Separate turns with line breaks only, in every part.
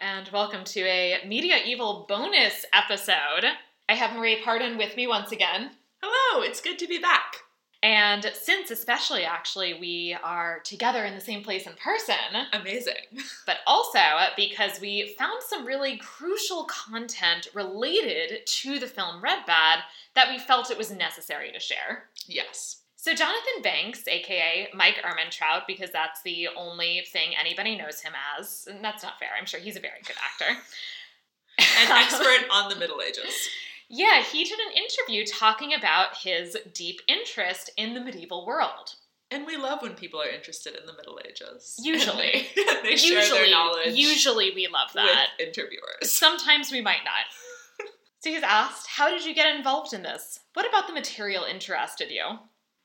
and welcome to a Media Evil bonus episode. I have Marie Pardon with me once again.
Hello, it's good to be back.
And since, especially actually, we are together in the same place in person,
Amazing.
but also because we found some really crucial content related to the film Red Bad that we felt it was necessary to share.
Yes.
So, Jonathan Banks, aka Mike Ermentrout, because that's the only thing anybody knows him as, and that's not fair. I'm sure he's a very good actor.
An expert on the Middle Ages.
Yeah, he did an interview talking about his deep interest in the medieval world.
And we love when people are interested in the Middle Ages.
Usually.
And they, and they share their knowledge
usually we love that.
with interviewers.
Sometimes we might not. so he's asked, How did you get involved in this? What about the material interested you?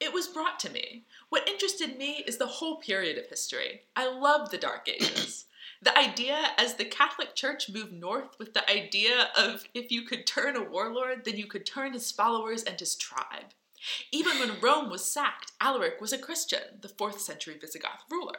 It was brought to me. What interested me is the whole period of history. I love the Dark Ages. The idea as the Catholic Church moved north with the idea of if you could turn a warlord, then you could turn his followers and his tribe. Even when Rome was sacked, Alaric was a Christian, the 4th century Visigoth ruler,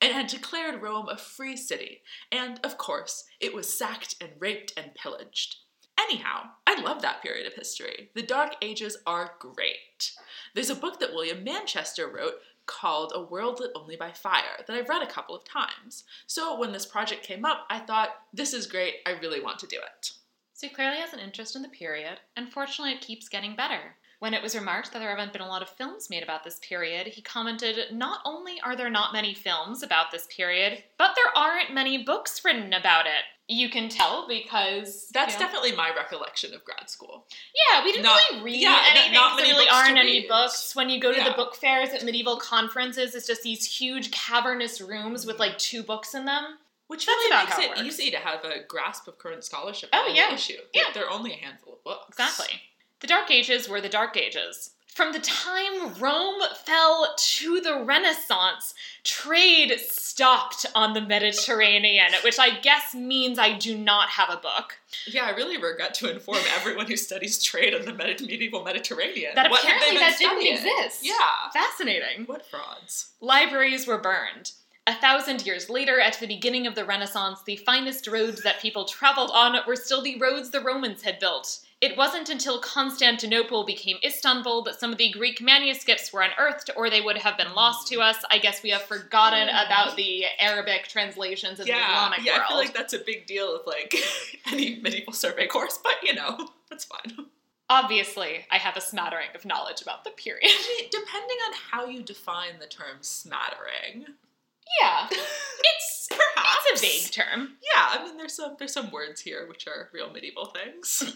and had declared Rome a free city. And, of course, it was sacked and raped and pillaged. Anyhow, I love that period of history. The Dark Ages are great. There's a book that William Manchester wrote called A World Lit Only by Fire that I've read a couple of times. So when this project came up, I thought, this is great, I really want to do it.
So he clearly has an interest in the period, and fortunately, it keeps getting better. When it was remarked that there haven't been a lot of films made about this period, he commented, Not only are there not many films about this period, but there aren't many books written about it. You can tell because
That's
you know-
definitely my recollection of grad school.
yeah, we didn't
not-
really read
yeah, not-
anything.
not
'cause
many
there really
books to
aren't any
read.
books. When you go to
Yeah.
the book fairs at medieval conferences, it's just these huge cavernous rooms with like two books in them.
Which
That's
really
about
makes
how it
it,
works.
easy to have a grasp of current scholarship
Oh,
on
yeah.
the issue.
Yeah.
There are only a handful of books.
Exactly. The Dark Ages were the Dark Ages. From the time Rome fell to the Renaissance, trade stopped on the Mediterranean, which I guess means I do not have a book.
Yeah, I really regret to inform everyone who studies trade on the Medi- medieval Mediterranean.
That
What have they
apparently
been
that didn't
studying?
exist.
Yeah.
Fascinating.
What frauds?
Libraries were burned. A thousand years later, at the beginning of the Renaissance, the finest roads that people traveled on were still the roads the Romans had built. It wasn't until Constantinople became Istanbul that some of the Greek manuscripts were unearthed, or they would have been lost to us. I guess we have forgotten about the Arabic translations of the
yeah,
Islamic
yeah.
world.
I feel like that's a big deal of like any medieval survey course, but you know, that's fine.
Obviously, I have a smattering of knowledge about the period.
I mean, depending on how you define the term smattering,
yeah,
it's perhaps
that's a vague term.
Yeah, I mean, there's some there's some words here which are real medieval things.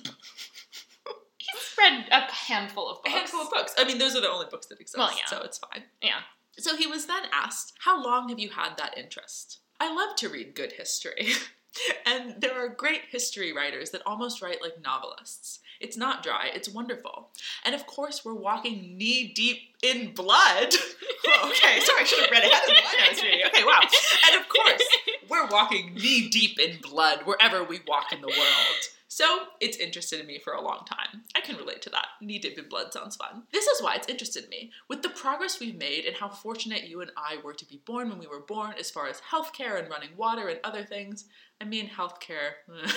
He's read a handful of
A
books.
handful of books. I mean, those are the only books that exist,
Well, yeah.
so it's fine.
Yeah.
So he was then asked, How long have you had that interest? I love to read good history. and there are great history writers that almost write like novelists. It's not dry, it's wonderful. And of course, we're walking knee deep in blood. Whoa, okay, sorry, I should have read ahead of what I was reading. Okay, wow. And of course, we're walking knee deep in blood wherever we walk in the world. So it's interested me for a long time. I can relate to that. Knee deep in blood sounds fun. This is why it's interested me. With the progress we've made and how fortunate you and I were to be born when we were born, as far as healthcare and running water and other things. I mean, healthcare. but,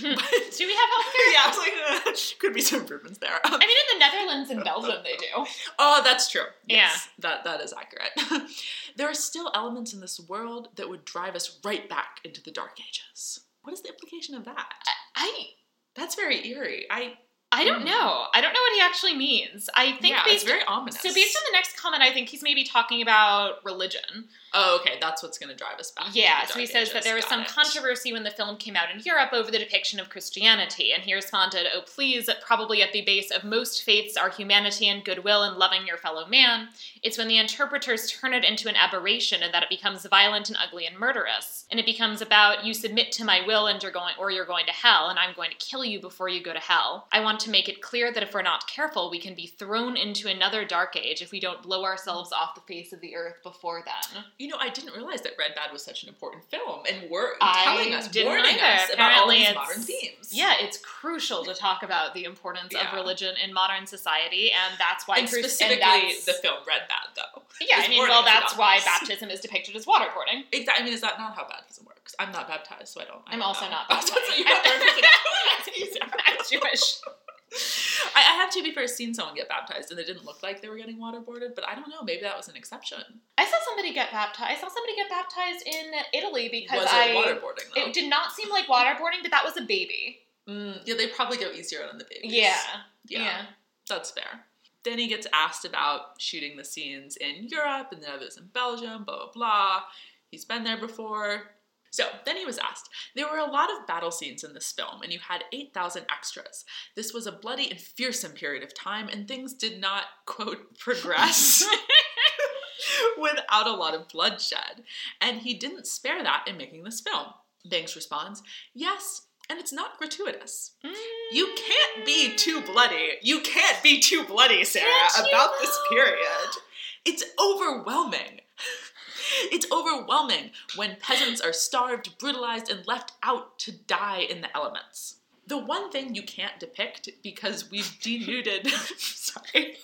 Do we have healthcare?
yeah, I was like, "Uh, could be some improvements there. Um,
I mean, in the Netherlands and Belgium, they do.
Oh, that's true. Yes, that that is accurate. there are still elements in this world that would drive us right back into the Dark Ages. What is the implication of that?
I
That's very eerie. I
I don't
Mm.
know. I don't know what he actually means. I think
yeah, it's
based
very ominous.
so based on the next comment, I think he's maybe talking about religion.
oh, okay, that's what's going to drive us back. into
Yeah.
the
So he
Dark
says that
Ages.
there was
Got
some
it.
controversy when the film came out in Europe over the depiction of Christianity, and he responded, "Oh please, probably at the base of most faiths are humanity and goodwill and loving your fellow man. It's when the interpreters turn it into an aberration and that it becomes violent and ugly and murderous, and it becomes about you submit to my will and you're going or you're going to hell and I'm going to kill you before you go to hell. I want to make it clear that if we're not careful, we can be thrown into another dark age if we don't blow ourselves off the face of the earth before then.
You know, I didn't realize that Red Bad was such an important film, and were
I
telling us,
didn't
warning
either.
us about all
Apparently
these
it's-
modern themes. importance.
Yeah, it's crucial to talk about the importance
Yeah.
of religion in modern society, and that's why
and
cruci-
specifically
that's-
the film Red Bad though.
yeah,
is
I mean,
born
well,
into that
that's why
house.
baptism is depicted as waterboarding.
Exactly. I mean, is that not how baptism works? I'm not baptized, so I don't. I
I'm
don't
also
know.
not
That's what
baptized.
you got
I'm
there.
not Jewish.
I, I have to be fair seen someone get baptized, and it didn't look like they were getting waterboarded. But I don't know. Maybe that was an exception.
I saw somebody get baptized. I saw somebody get baptized in Italy because
was
I.
it waterboarding though?
It did not seem like waterboarding, but that was a baby.
Mm, yeah, they probably go easier on the babies.
Yeah.
yeah, that's fair. Then he gets asked about shooting the scenes in Europe and the others in Belgium, blah, blah, blah. He's been there before. So then he was asked, there were a lot of battle scenes in this film, and you had 8,000 extras. This was a bloody and fearsome period of time, and things did not, quote, progress without a lot of bloodshed. And he didn't spare that in making this film. Banks responds, yes, and it's not gratuitous.
Mm.
You can't be too bloody. You can't be too bloody, Sarah,
Can't you?
about this period. It's overwhelming. It's overwhelming when peasants are starved, brutalized, and left out to die in the elements. The one thing you can't depict because we've denuded, sorry,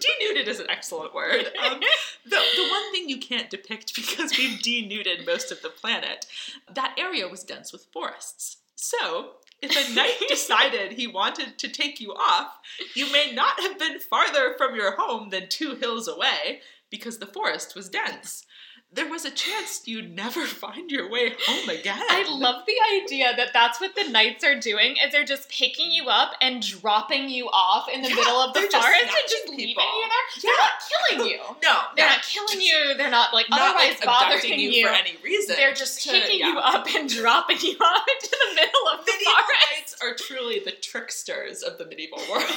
denuded is an excellent word. Um, the, the one thing you can't depict because we've denuded most of the planet, that area was dense with forests. So, if a knight decided he wanted to take you off, you may not have been farther from your home than two hills away because the forest was dense. There was a chance you'd never find your way home again.
I love the idea that that's what the knights are doing is they're just picking you up and dropping you off in the
Yeah,
middle of the
they're just
forest and
snatching
just leaving you
people.
there.
Yeah.
They're not killing you.
No,
They're
no.
not killing you. They're not like
Not,
otherwise
like, abducting
bothering you.
for any reason.
They're just
To-
picking
yeah.
you up and dropping you off into the middle of the
medieval
forest.
knights are truly the tricksters of the medieval world.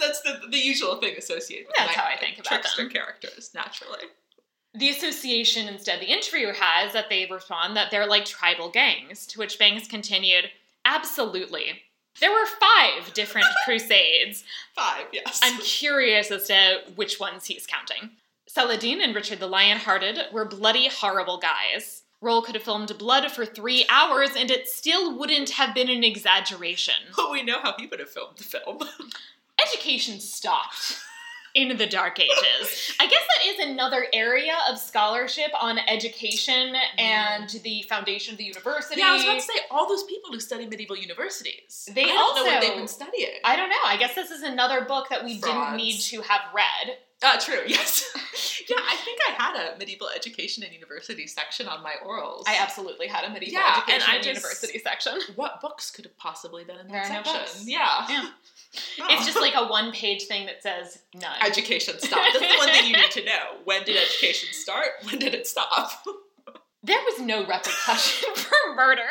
that's that's the, the usual thing associated with
That's
knight
how I
riding.
think about
trickster
them.
characters, naturally.
The association instead the interviewer has that they respond that they're like tribal gangs, to which Banks continued, Absolutely. There were five different crusades.
Five, yes.
I'm curious as to which ones he's counting. Saladin and Richard the Lionhearted were bloody, horrible guys. Roll could have filmed blood for three hours and it still wouldn't have been an exaggeration.
but we know how he would have filmed the film.
Education stopped in the Dark Ages. I guess that is another area of scholarship on education and the foundation of the university.
Mm. Yeah, I was about to say all those people who study medieval universities.
They
I don't know what
also-
they've been studying.
I don't know. I guess this is another book that we didn't
Frauds.
need to have read.
Uh, true. Yes. yeah, I think I had a medieval education and university section on my orals.
I absolutely had a medieval
Yeah, and
education
I
and
just-
university section.
What books could have possibly been in
There
that
are no
section?
books.
Yeah.
Yeah.
Oh.
It's just like a one page thing that says none.
education stopped. That's the one thing you need to know. When did education start? When did it stop? Well,
there was no repercussion for murder.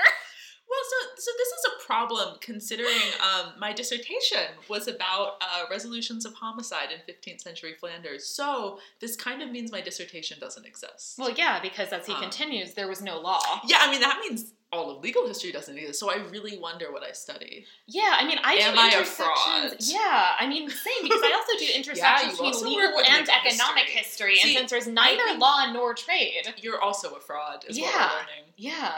so so this is a problem considering um, my dissertation was about uh, resolutions of homicide in 15th century Flanders. So this kind of means my dissertation doesn't exist.
Well, yeah, because as he
Um,
continues, there was no law.
yeah, I mean that means all of legal history doesn't exist. So I really wonder what I study.
Yeah, I mean, I do
Am I a fraud?
intersections. Yeah, I mean, same because I also do
you
intersections
also
between
work
legal
with
and
legal
economic
history.
history,
See,
and since there's neither
think-
law nor trade,
You're also a fraud, is what
Yeah.
we're learning.
yeah,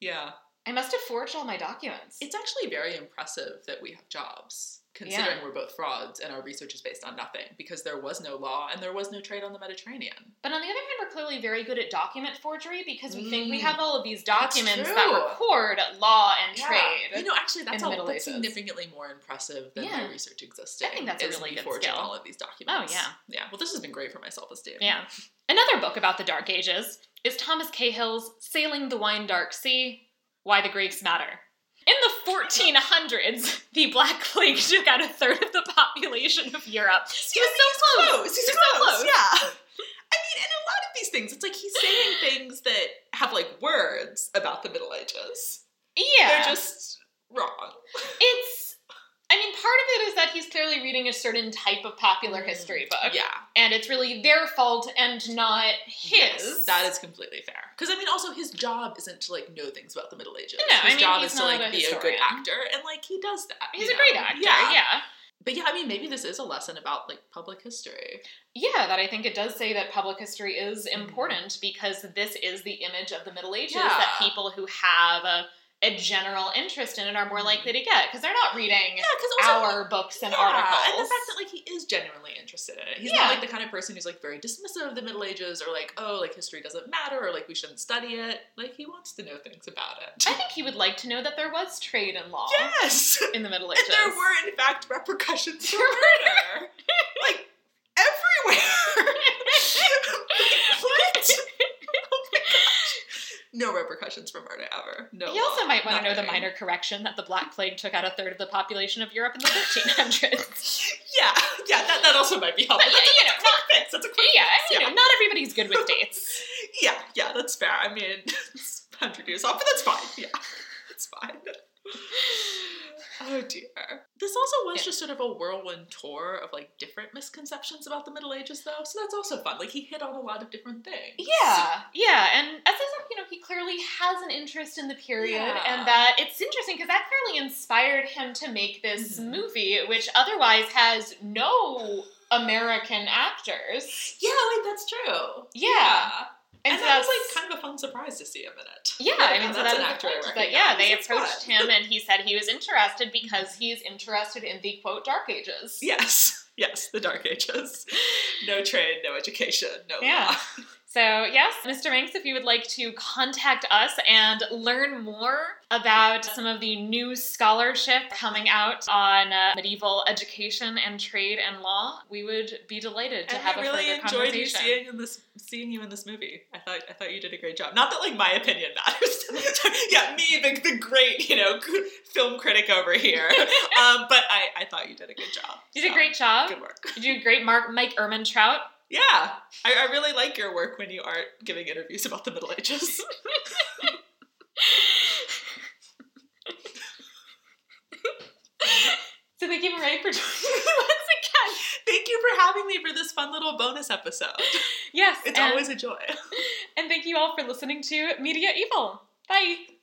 Yeah.
I must have forged all my documents.
It's actually very impressive that we have jobs, considering we're both frauds and our research is based on nothing because there was no law and there was no trade on the Mediterranean.
but on the other hand, we're clearly very good at document forgery because we think we
Mm.
have all of these documents
true.
that record law and
You
trade.
know, actually, that's,
the
all,
Middle
that's
Ages.
significantly more impressive than
Yeah.
my research existing.
I think that's a
is
really
me
good
forging
skill.
all of these documents.
Oh, yeah.
Yeah. Well, this has been great for my self esteem.
Yeah. Another book about the Dark Ages is Thomas Cahill's Sailing the Wine Dark Sea Why the Greeks Matter. In the 1400s, the Black Plague took out a third of the population of Europe. He was so close. He's
He's,
so
close.
close.
Yeah. I mean, and a lot of these things, it's like he's saying things that have like words about the Middle Ages.
Yeah.
They're just wrong.
it's. I mean, part of it is that he's clearly reading a certain type of popular history book,
Mm. Yeah.
and it's really their fault and not his.
Yes, that is completely fair. Because I mean, also his job isn't to like know things about the Middle Ages.
No, I
his
mean,
job
he's
is to
not
like
a
be a good
historian.
actor, and like he does that.
He's
you
a great
know?
actor, yeah.
But yeah, I mean, maybe this is a lesson about like public history.
Yeah, that I think it does say that public history
Mm-hmm.
is important because this is the image of the Middle Ages that
Yeah.
people who have a a general interest in it are more likely to get because they're not reading
Mm-hmm. Yeah, because also
our books and
yeah,
articles.
and the fact that like he is genuinely interested in it. He's
Yeah.
not like the kind of person who's like very dismissive of the Middle Ages or like oh like history doesn't matter or like we shouldn't study it. Like he wants to know things about
I
it.
think he would like to know that there was trade and law
yes,
in the Middle
and
Ages.
there were in fact repercussions for
For
murder, like everywhere. what? Oh my gosh. No repercussions for murder ever. No.
He also
law,
might want to know the
nothing.
minor correction that the Black Plague took out a third of the population of Europe in the 1300s.
Yeah, yeah. That, that also might be
but
helpful.
yeah, you know, not,
That's a quick
yeah, you
fix,
know, not everybody's good with dates.
Yeah, yeah, that's fair. I mean, it's 100 years off, but that's fine. Yeah, that's fine. Oh dear. This also was
Yeah.
just sort of a whirlwind tour of like different misconceptions about the Middle Ages, though, so that's also fun. Like, he hit on a lot of different things.
Yeah, yeah, and as I said, you know, he clearly has an interest in the period,
Yeah.
and that it's interesting because that clearly inspired him to make this
Mhm.
movie, which otherwise has no American actors.
Yeah, wait, that's true.
Yeah.
And,
so
that was
that's-
like kind of a fun surprise to see him in it.
Yeah,
Like,
I
oh,
mean, so
that's
that
an
was
actor I
the point, But yeah,
recognize.
they
That's fun.
approached him, and he said he was interested because
Mm-hmm.
he's interested in the quote dark ages.
Yes, yes, the Dark Ages. No trade, no education, no
Yeah.
law.
So yes, Mr. Manx, if you would like to contact us and learn more about some of the new scholarship coming out on uh, medieval education and trade and law, we would be delighted to
and
have
I
a
really
further
enjoyed you
conversation.
seeing in this seeing you in this movie. I thought I thought you did a great job. Not that like my opinion matters. yeah, me the, the great you know g- film critic over here. um, but I, I thought you did a good job.
You did a
So,
great job.
Good work.
You did a great, Mark Mike Ermentrout.
Yeah, I, I really like your work when you aren't giving interviews about the Middle Ages.
So thank you, Marie, for joining me once again.
Thank you for having me for this fun little bonus episode.
Yes,
It's
and-
always a joy.
and thank you all for listening to Media Evil. Bye.